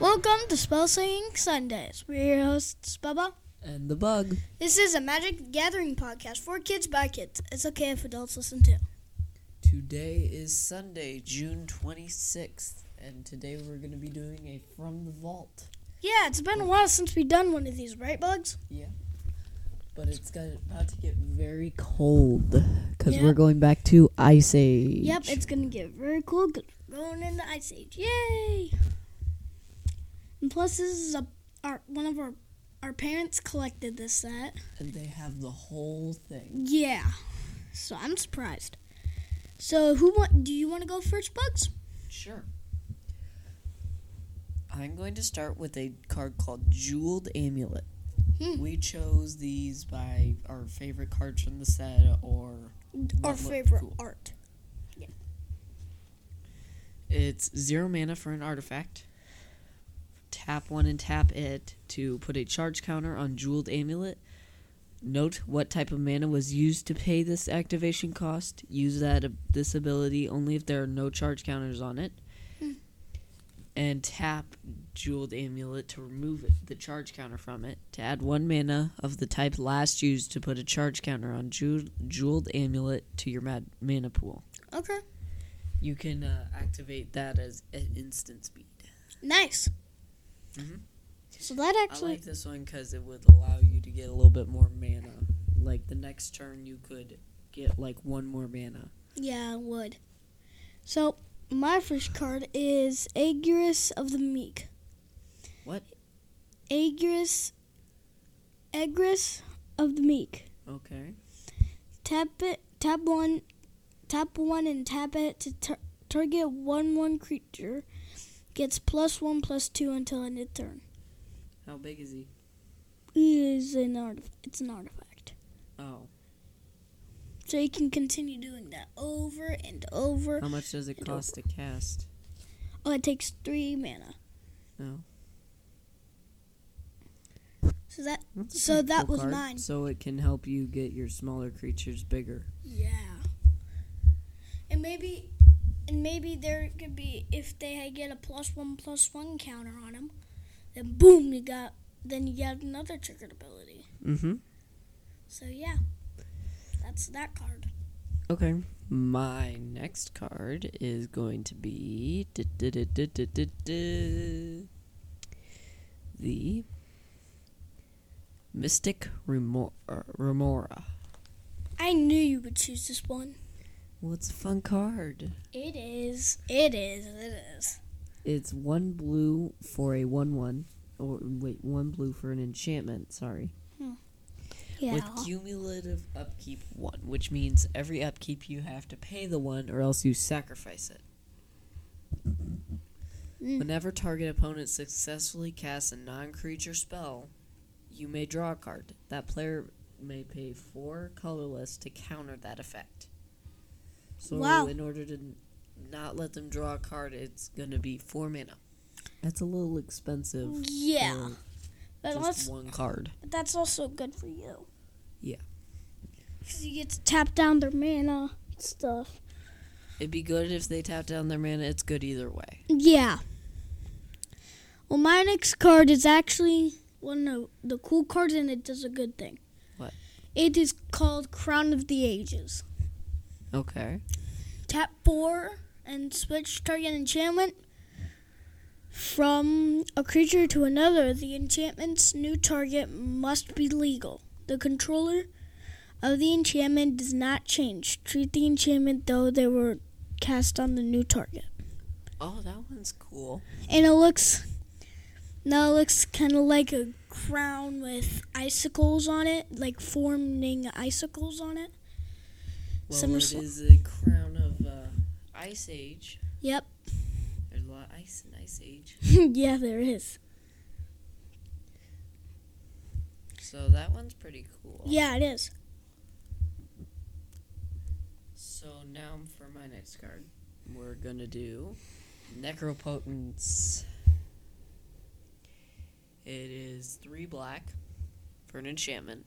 Welcome to Spell Singing Sundays. We're your hosts, Bubba. And the bug. This is a Magic the Gathering podcast for kids by kids. It's okay if adults listen too. Today is Sunday, June 26th, and today we're going to be doing a From the Vault. Yeah, it's been a while since we've done one of these, right, Bugs? But it's gonna, about to get very cold because Yeah. we're going back to Ice Age. Yep, it's gonna get very cool. 'cause we're Going in the Ice Age, yay! And plus, this is a our one of our our parents collected this set. and they have the whole thing. Yeah, so I'm surprised. So, who want? Do you want to go first, Bugs? Sure. I'm going to start with a card called Jeweled Amulet. Hmm. We chose these by our favorite cards from the set or Our What looked favorite cool? art. It's zero mana for an artifact. Tap one and tap it to put a charge counter on Jeweled Amulet. Note what type of mana was used to pay this activation cost. Use that ab- this ability only if there are no charge counters on it. Hmm. And tap Jeweled Amulet to remove it, the charge counter from it. To add one mana of the type last used to put a charge counter on Jew- Jeweled Amulet to your mad- mana pool. Okay, You can uh, activate that as an instant speed. nice. Mhm. So that I actually, like this one because it would allow you to get a little bit more mana. Like the next turn, you could get like one more mana. yeah, I would. So my first card is Aegirus of the Meek. What? Agris, Agris of the Meek. Okay. Tap it, tap one, tap one, and tap it to tar- target one one creature. Gets plus one plus two until end of turn. How big is he? Is an artif- It's an artifact. Oh. So you can continue doing that over and over. How much does it And cost to cast? Oh, it takes three mana. No. So that So that was mine. So it can help you get your smaller creatures bigger. yeah. And maybe, and maybe there could be if they had get a plus one plus one counter on him, then boom, you got then you got another triggered ability. Mm-hmm. So yeah, that's that card. Okay. My next card is going to be the Mystic Remora. Remora. I knew you would choose this one. Well, it's a fun card. It is. It is. It is. It's one blue for a one-one, or wait, one blue for an enchantment. Sorry. Yeah. With cumulative upkeep one, which means every upkeep you have to pay the one, or else you sacrifice it. Mm. Whenever target opponent successfully casts a non-creature spell, you may draw a card. That player may pay four colorless to counter that effect. So, Wow. in order to n- not let them draw a card, it's going to be four mana. That's a little expensive. yeah. for But just also, one card. but that's also good for you. Yeah. Because you get to tap down their mana and stuff. It'd be good if they tap down their mana. It's good either way. Yeah. Well, my next card is actually one of the cool cards, and it does a good thing. What? It is called Crown of the Ages. Okay. Tap four and switch target enchantment from a creature to another. The enchantment's new target must be legal. The controller of the enchantment does not change. Treat the enchantment though they were cast on the new target. Oh, that one's cool. and it looks now it looks kind of like a crown with icicles on it like forming icicles on it Well, Summer it sl- is a crown of uh, Ice Age. yep There's a lot of ice in Ice Age. yeah there is So that one's pretty cool. yeah it is So now for my next card, we're gonna do Necropotence. It is three black for an enchantment.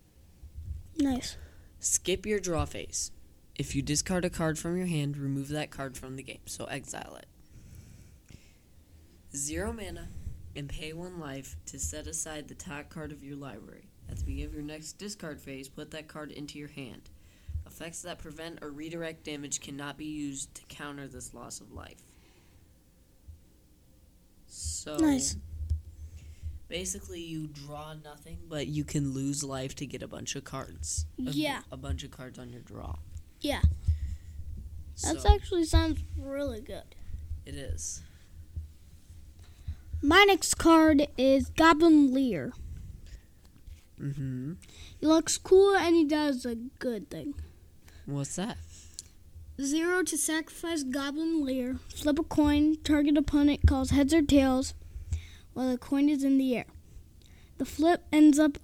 nice Skip your draw phase. If you discard a card from your hand, remove that card from the game. So exile it. Zero mana and pay one life to set aside the top card of your library. At the beginning of your next discard phase, put that card into your hand. Effects that prevent or redirect damage cannot be used to counter this loss of life. So Nice. basically you draw nothing, but you can lose life to get a bunch of cards. A- Yeah. A, bunch of cards on your draw. Yeah. That so actually sounds really good. it is. My next card is Goblin Lear. Mm-hmm. He looks cool and he does a good thing. What's that? Zero to sacrifice Goblin Lear. Flip a coin. Target opponent calls heads or tails while the coin is in the air. The flip ends up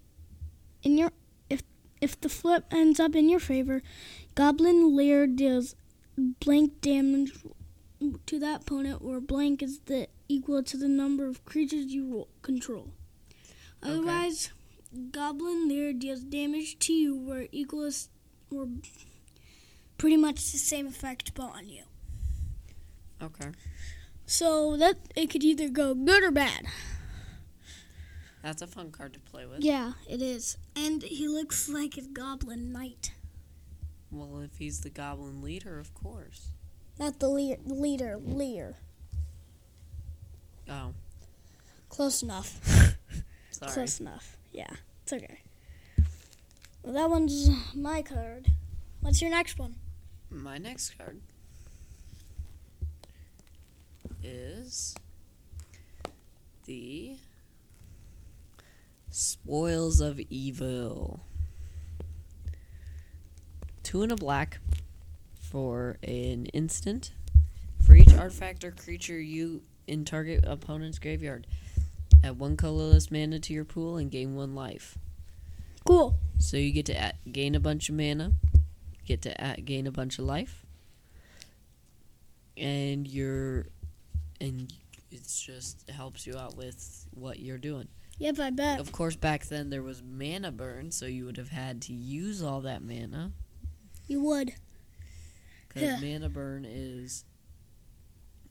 in your if if the flip ends up in your favor, Goblin Lear deals blank damage to that opponent where blank is the equal to the number of creatures you ro- control. Okay. Otherwise, Goblin Lear deals damage to you where equals or pretty much the same effect but on you. Okay. So that it could either go good or bad. That's a fun card to play with. Yeah, it is. And he looks like a goblin knight. Well, if he's the goblin leader, of course. Not the leader, leader, Lear. Oh, Close enough. sorry. Close enough. Yeah, it's okay. Well, that one's my card. What's your next one? My next card is the Spoils of Evil. Two and a black for an instant. For each artifact or creature you in target opponent's graveyard, add one colorless mana to your pool and gain one life. Cool. So you get to a gain a bunch of mana, get to a gain a bunch of life, and you're, and it's just helps you out with what you're doing. Yep, I bet. Of course, back then there was mana burn, so you would have had to use all that mana You would. because Yeah. mana burn is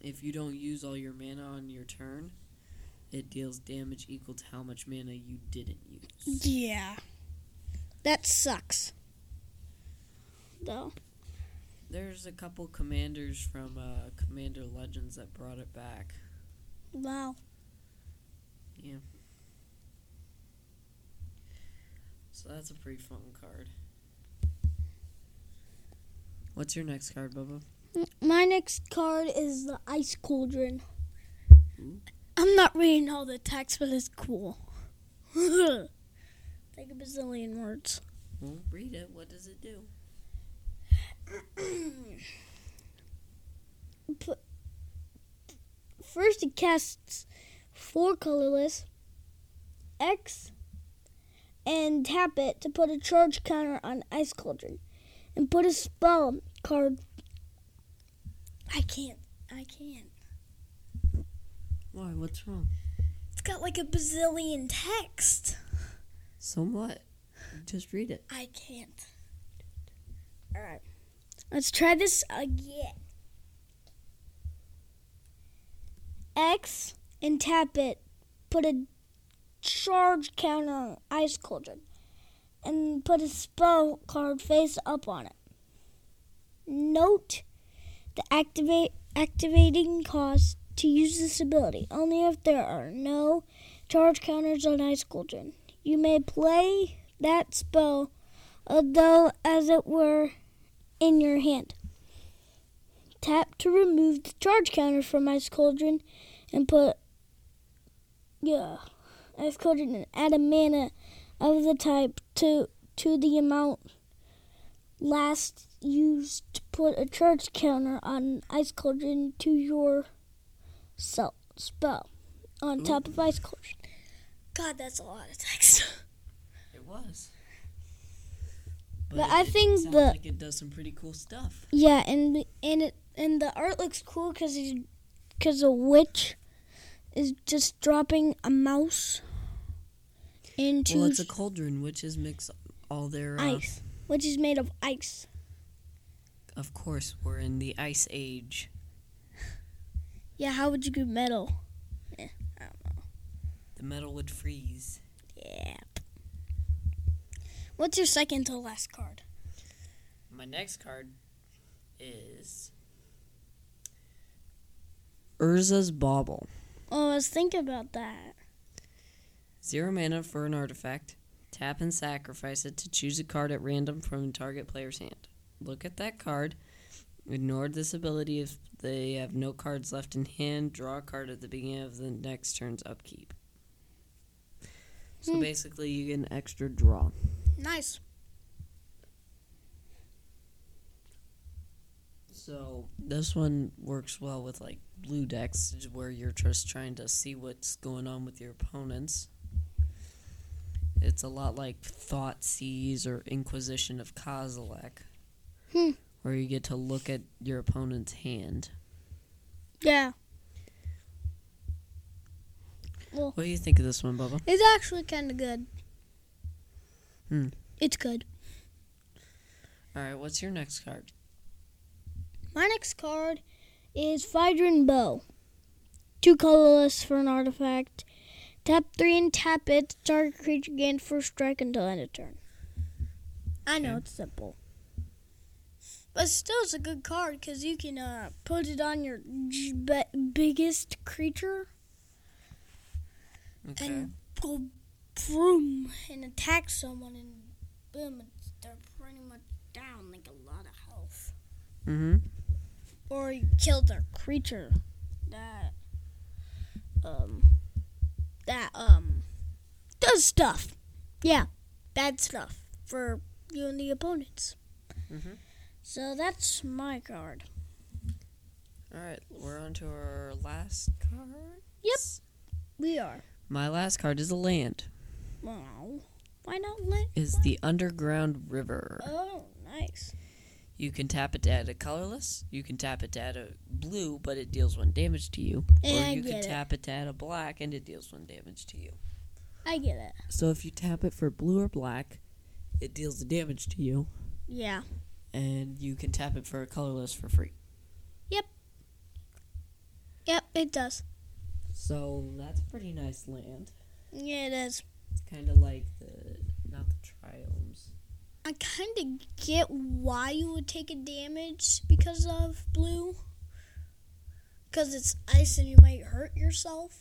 if you don't use all your mana on your turn, it deals damage equal to how much mana you didn't use. Yeah. That sucks. Though. There's a couple commanders from uh, Commander Legends that brought it back. Wow. So that's a pretty fun card. What's your next card, Bubba? My next card is the Ice Cauldron. Ooh. I'm not reading all the text, but it's cool. like a bazillion words. Well, read it. What does it do? P- First, it casts four colorless X and tap it to put a charge counter on Ice Cauldron and put a spell card. I can't. I can't. Why? What's wrong? It's got like a bazillion text. So what? Just read it. I can't. Alright. Let's try this again. X and tap it. Put a charge counter on Ice Cauldron. And put a spell card face up on it. Note the activate activating cost to use this ability only if there are no charge counters on Ice Cauldron. You may play that spell, although as it were in your hand. Tap to remove the charge counter from Ice Cauldron and put yeah, Ice Cauldron and add a mana of the type to to the amount last used to put a charge counter on Ice Cauldron to your self spell on top of Ice Cauldron. God, that's a lot of text. It was. But I think sounds the- like it does some pretty cool stuff. Yeah, and and it and the art looks cool because because a witch is just dropping a mouse into Well, it's a cauldron, which is mix all their. Uh, ice, which is made of ice. of course, we're in the ice age. Yeah, how would you get metal? The metal would freeze. Yeah. What's your second to last card? My next card is Urza's Bauble. Oh, I was thinking about that. Zero mana for an artifact. Tap and sacrifice it to choose a card at random from target player's hand. Look at that card. Ignore this ability if they have no cards left in hand. Draw a card at the beginning of the next turn's upkeep. So Hmm. basically, you get an extra draw. Nice. So this one works well with like blue decks, is where you're just trying to see what's going on with your opponents. It's a lot like Thought Seize or Inquisition of Kozilek, Hmm. where you get to look at your opponent's hand. Yeah. What do you think of this one, Bubba? It's actually kind of good. Hmm. It's good. All right, what's your next card? My next card is Phydron Bow. Two colorless for an artifact. Tap three and tap it. Target creature gain first strike until end of turn. I know Okay. it's simple. But still, it's a good card because you can uh, put it on your g- be- biggest creature Okay. and go vroom and attack someone, and boom, it's, they're pretty much down like a lot of health. mm-hmm. or you kill their creature that um that um does stuff. Yeah, bad stuff for you and the opponents. Mhm. So that's my card. All right, we're on to our last card. Yep, we are. My last card is a land. Wow. Why not let? Is the Underground River. Oh, nice. You can tap it to add a colorless. You can tap it to add a blue, but it deals one damage to you. Yeah, I or you get can it. tap it to add a black, and it deals one damage to you. I get it. So if you tap it for blue or black, it deals the damage to you, Yeah. and you can tap it for a colorless for free. Yep, it does. So that's a pretty nice land. Yeah, it is. It's kind of like the not the triomes. I kind of get why you would take a damage because of blue. Because it's ice and you might hurt yourself.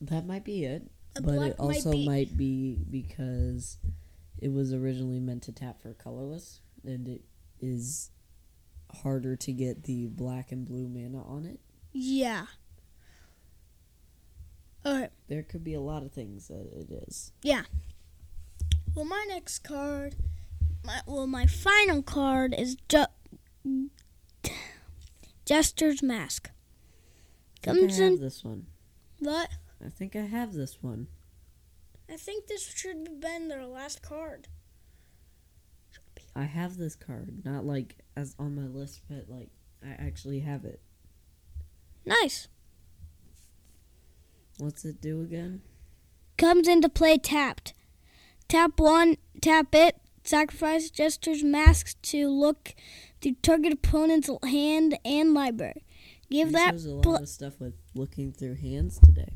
That might be it, A but black it also might be. might be because it was originally meant to tap for colorless, and it is harder to get the black and blue mana on it. Yeah. All right. There could be a lot of things that it is. Well, my next card, my, well, my final card is Ju- Jester's Mask. I think Comes I have in this one. what? I think I have this one. I think this should have been their last card. I have this card, not like as on my list, but like I actually have it. Nice. What's it do again? comes into play tapped. Tap one, tap it, sacrifice gestures masks to look the target opponent's hand and library. Give We that chose a lot pl- of stuff with looking through hands today.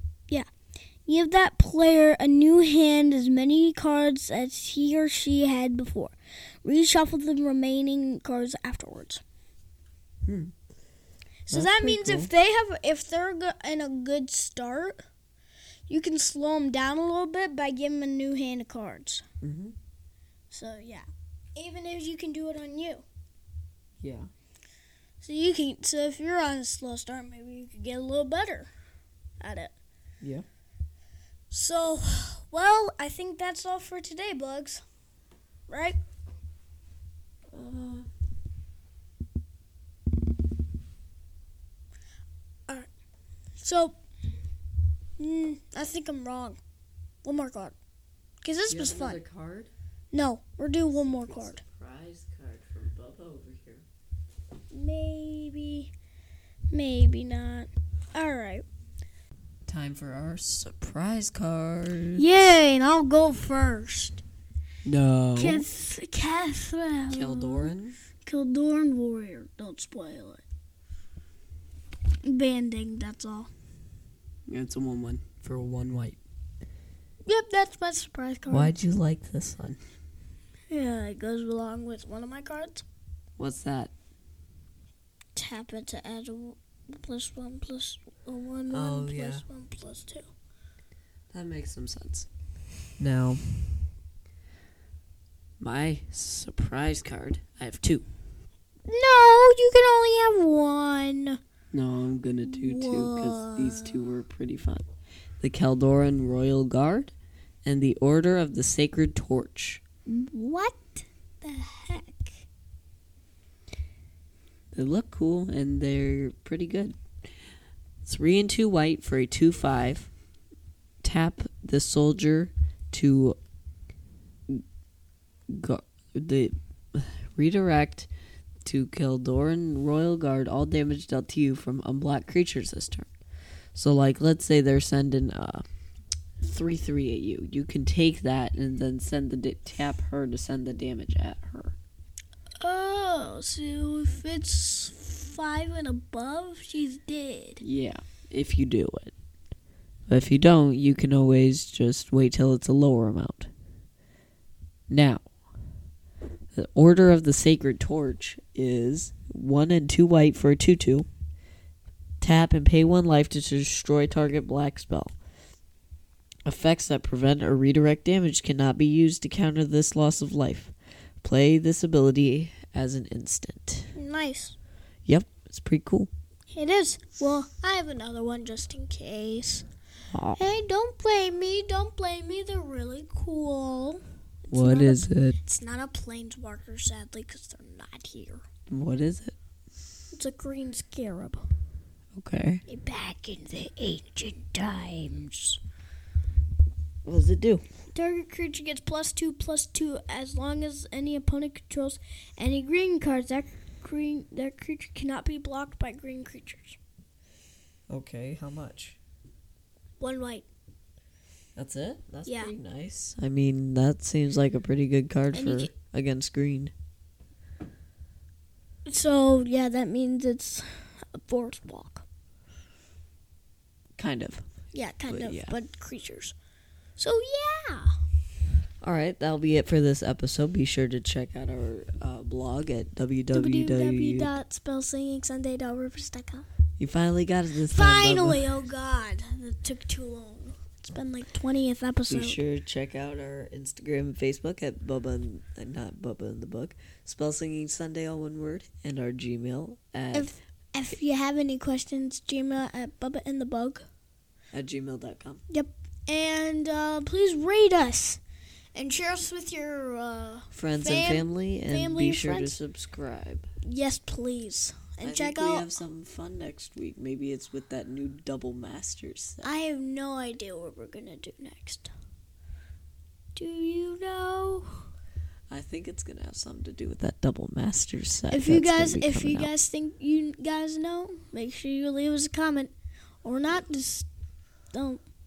give that player a new hand as many cards as he or she had before. Reshuffle the remaining cards afterwards. Hmm. So That's that pretty means if they have if they're go- in a good start, you can slow them down a little bit by giving them a new hand of cards. Mm-hmm. So yeah, even if you can do it on you, Yeah. so you can. So if you're on a slow start, maybe you could get a little better at it. Yeah. So, well, I think that's all for today, Bugs. Right? Uh, So, mm, I think I'm wrong. One more card, cause this was fun. card? No, we're doing one more card. Surprise card from Bubba over here. Maybe, maybe not. All right. Time for our surprise card. Yay! And I'll go first. No. Cath- Catherine. Kildoran. Kildorn Warrior. Don't spoil it. Banding, that's all. It's a 1 1 for a 1 white. Yep, that's my surprise card. Why'd you like this one? Yeah, it goes along with one of my cards. What's that? Tap it to add a w- plus one plus a one, Oh, one plus yeah. one plus two. That makes some sense. Now, my surprise card. I have two. No, you can only have one. No, I'm gonna do two because these two were pretty fun. The Caldoran Royal Guard and the Order of the Sacred Torch. What the heck? They look cool and they're pretty good. Three and two white for a two five. Tap the soldier to go, the redirect to Kildoran Royal Guard all damage dealt to you from unblocked creatures this turn. So, like, let's say they're sending uh three three at you. You can take that and then send the da- tap her to send the damage at her. Oh, so if it's five and above, she's dead. Yeah, if you do it. But if you don't, you can always just wait till it's a lower amount. Now, the Order of the Sacred Torch is one and two white for a 2 2. Tap and pay one life to destroy target black spell. Effects that prevent or redirect damage cannot be used to counter this loss of life. Play this ability as an instant. Nice. Yep, it's pretty cool. It is. Well, I have another one just in case. Aw. Hey, don't blame me. Don't blame me. They're really cool. It's What not a- is it? It's not a planeswalker, sadly, because they're not here. What is it? It's a green scarab. Okay. Back in the ancient times. What does it do? Target creature gets plus two, plus two, as long as any opponent controls any green cards. That green that creature cannot be blocked by green creatures. Okay, how much? One white, That's it? That's Yeah. pretty nice. I mean, that seems like a pretty good card And you for against green. So yeah, that means it's a forest walk. Kind of. Yeah, kind But, of, yeah. but creatures. So yeah, All right, that'll be it for this episode. Be sure to check out our uh, blog at www. www.spellsingingsunday.rippers.com. You finally got it this time. Bubba. Finally, oh god, that took too long. It's been like twentieth Be episode. sure to check out our Instagram and Facebook at Bubba, and, uh, not Bubba in the Book, Spell Singing Sunday, all one word, and our Gmail at, If- If you have any questions, Gmail at Bubba and the Bug. at gmail.com. and uh, please rate us and share us with your uh, Friends Fam- and family, and family be and sure friends. to subscribe. yes please and I check think we out have something fun next week. Maybe it's with that new double masters set. i have no idea what we're gonna do next do you know I think it's gonna have something to do with that double masters set. if you that's guys gonna be if coming you out. guys think you guys know make sure you leave us a comment or not just don't